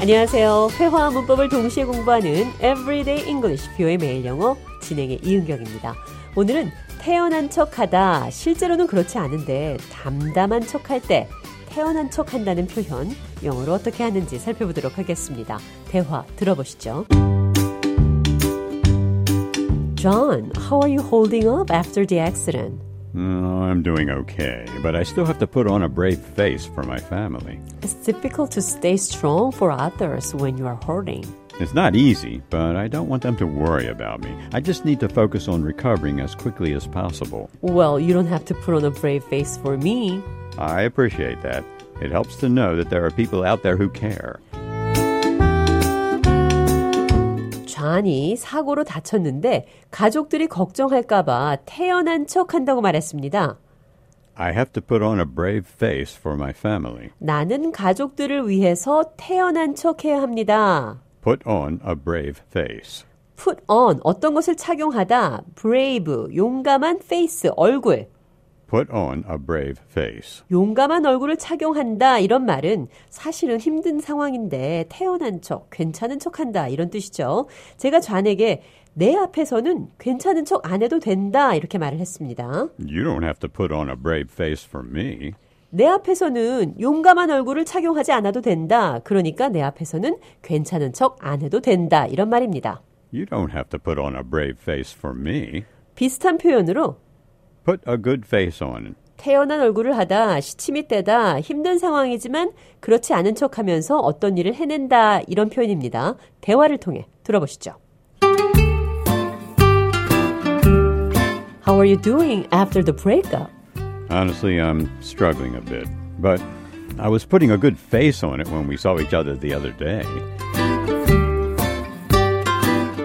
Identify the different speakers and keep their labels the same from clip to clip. Speaker 1: 안녕하세요. 회화와 문법을 동시에 공부하는 Everyday English 뷰의 매일 영어 진행의 이은경입니다. 오늘은 태어난 척하다 실제로는 그렇지 않은데 담담한 척할 때 태어난 척한다는 표현 영어로 어떻게 하는지 살펴보도록 하겠습니다. 대화 들어보시죠. John, how are you holding up after the accident?
Speaker 2: Oh, I'm doing okay, but I still have to put on a brave face for my family.
Speaker 1: It's difficult to stay strong for others when you are hurting.
Speaker 2: It's not easy, but I don't want them to worry about me. I just need to focus on recovering as quickly as possible.
Speaker 1: Well, you don't have to put on a brave face for me.
Speaker 2: I appreciate that. It helps to know that there are people out there who care.
Speaker 1: 좌니 사고로 다쳤는데 가족들이 걱정할까봐 태어난 척 한다고 말했습니다.
Speaker 2: I have to put on a brave face for my family.
Speaker 1: 나는 가족들을 위해서 태어난 척 해야 합니다.
Speaker 2: Put on a brave face.
Speaker 1: put on 어떤 것을 착용하다 brave 용감한 face 얼굴
Speaker 2: Put on a brave face.
Speaker 1: 용감한 얼굴을 착용한다 이런 말은 사실은 힘든 상황인데 태어난 척, 괜찮은 척한다 이런 뜻이죠. 제가 좌에게 내 앞에서는 괜찮은 척 안 해도 된다 이렇게 말을 했습니다.
Speaker 2: You don't have to put on a brave face for me.
Speaker 1: 내 앞에서는 용감한 얼굴을 착용하지 않아도 된다. 그러니까 내 앞에서는 괜찮은 척 안 해도 된다 이런 말입니다.
Speaker 2: You don't have to put on a brave face for me.
Speaker 1: 비슷한 표현으로
Speaker 2: Put a good face on.
Speaker 1: 태어난 얼굴을 하다 시침이 때다 힘든 상황이지만 그렇지 않은 척하면서 어떤 일을 해낸다 이런 표현입니다. 대화를 통해 들어보시죠. How are you doing after the breakup?
Speaker 2: Honestly, I'm struggling a bit, but I was putting a good face on it when we saw each other the other day.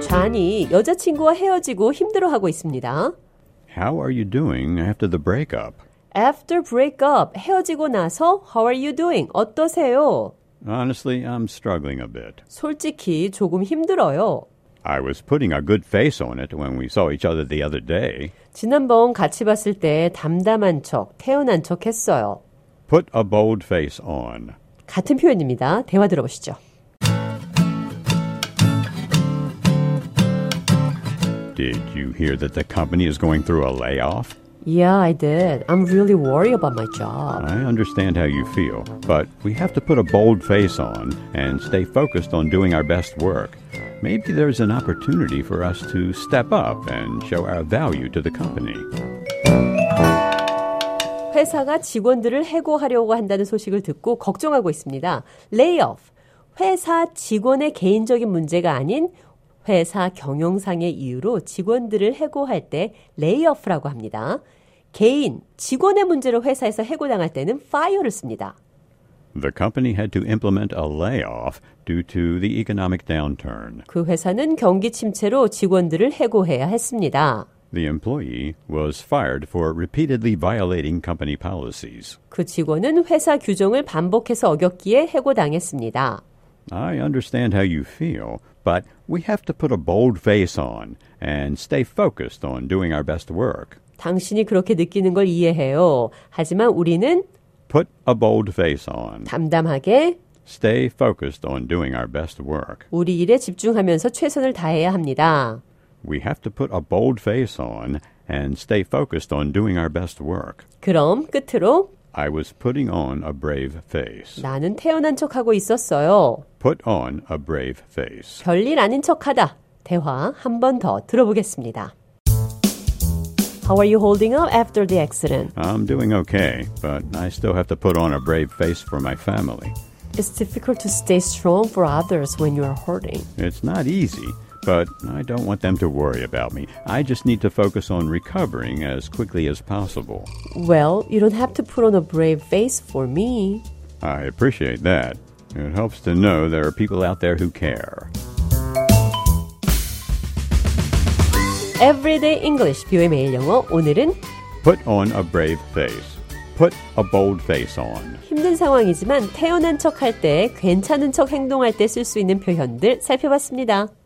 Speaker 1: 잔이 여자친구와 헤어지고 힘들어하고 있습니다.
Speaker 2: How are you doing after the breakup?
Speaker 1: After breakup 헤어지고 나서 How are you doing? 어떠세요?
Speaker 2: Honestly, I'm struggling a bit.
Speaker 1: 솔직히 조금 힘들어요.
Speaker 2: I was putting a good face on it when we saw each other the other day.
Speaker 1: 지난번 같이 봤을 때 담담한 척, 태연한 척 했어요.
Speaker 2: Put a bold face on.
Speaker 1: 같은 표현입니다. 대화 들어보시죠.
Speaker 2: Did you hear that the company is going through a layoff?
Speaker 1: Yeah, I did. I'm really worried about my job.
Speaker 2: I understand how you feel, but we have to put a bold face on and stay focused on doing our best work. Maybe there's an opportunity for us to step up and show our value to the company.
Speaker 1: 회사가 직원들을 해고하려고 한다는 소식을 듣고 걱정하고 있습니다. 레이오프. 회사 직원의 개인적인 문제가 아닌 회사 경영상의 이유로 직원들을 해고할 때 레이오프라고 합니다. 개인, 직원의 문제로 회사에서 해고당할 때는 fire를 씁니다.
Speaker 2: The company had to implement a layoff due to the economic downturn.
Speaker 1: 그 회사는 경기 침체로 직원들을 해고해야 했습니다.
Speaker 2: The employee was fired for repeatedly violating company policies.
Speaker 1: 그 직원은 회사 규정을 반복해서 어겼기에 해고당했습니다.
Speaker 2: I understand how you feel, but we have to put a bold face on and stay focused on doing our best work.
Speaker 1: 당신이 그렇게 느끼는 걸 이해해요. 하지만 우리는
Speaker 2: Put a bold face on.
Speaker 1: 담담하게
Speaker 2: Stay focused on doing our best work.
Speaker 1: 우리 일에 집중하면서 최선을 다해야 합니다.
Speaker 2: We have to put a bold face on and stay focused on doing our best work.
Speaker 1: 그럼 끝으로
Speaker 2: I was putting on a brave face.
Speaker 1: 나는 태어난 척하고 있었어요.
Speaker 2: Put on a brave face.
Speaker 1: 별일 아닌 척하다. 대화 한 번 더 들어보겠습니다. How are you holding up after the accident?
Speaker 2: I'm doing okay, but I still have to put on a brave face for my family.
Speaker 1: It's difficult to stay strong for others when you are hurting.
Speaker 2: It's not easy, but I don't want them to worry about me. I just need to focus on recovering as quickly as possible.
Speaker 1: Well, you don't have to put on a brave face for me.
Speaker 2: I appreciate that. It helps to know there are people out there who care.
Speaker 1: Everyday English, 뷰의 매일 영어. 오늘은
Speaker 2: Put on a brave face. Put a bold face on.
Speaker 1: 힘든 상황이지만 태어난 척 할 때, 괜찮은 척 행동할 때 쓸 수 있는 표현들 살펴봤습니다.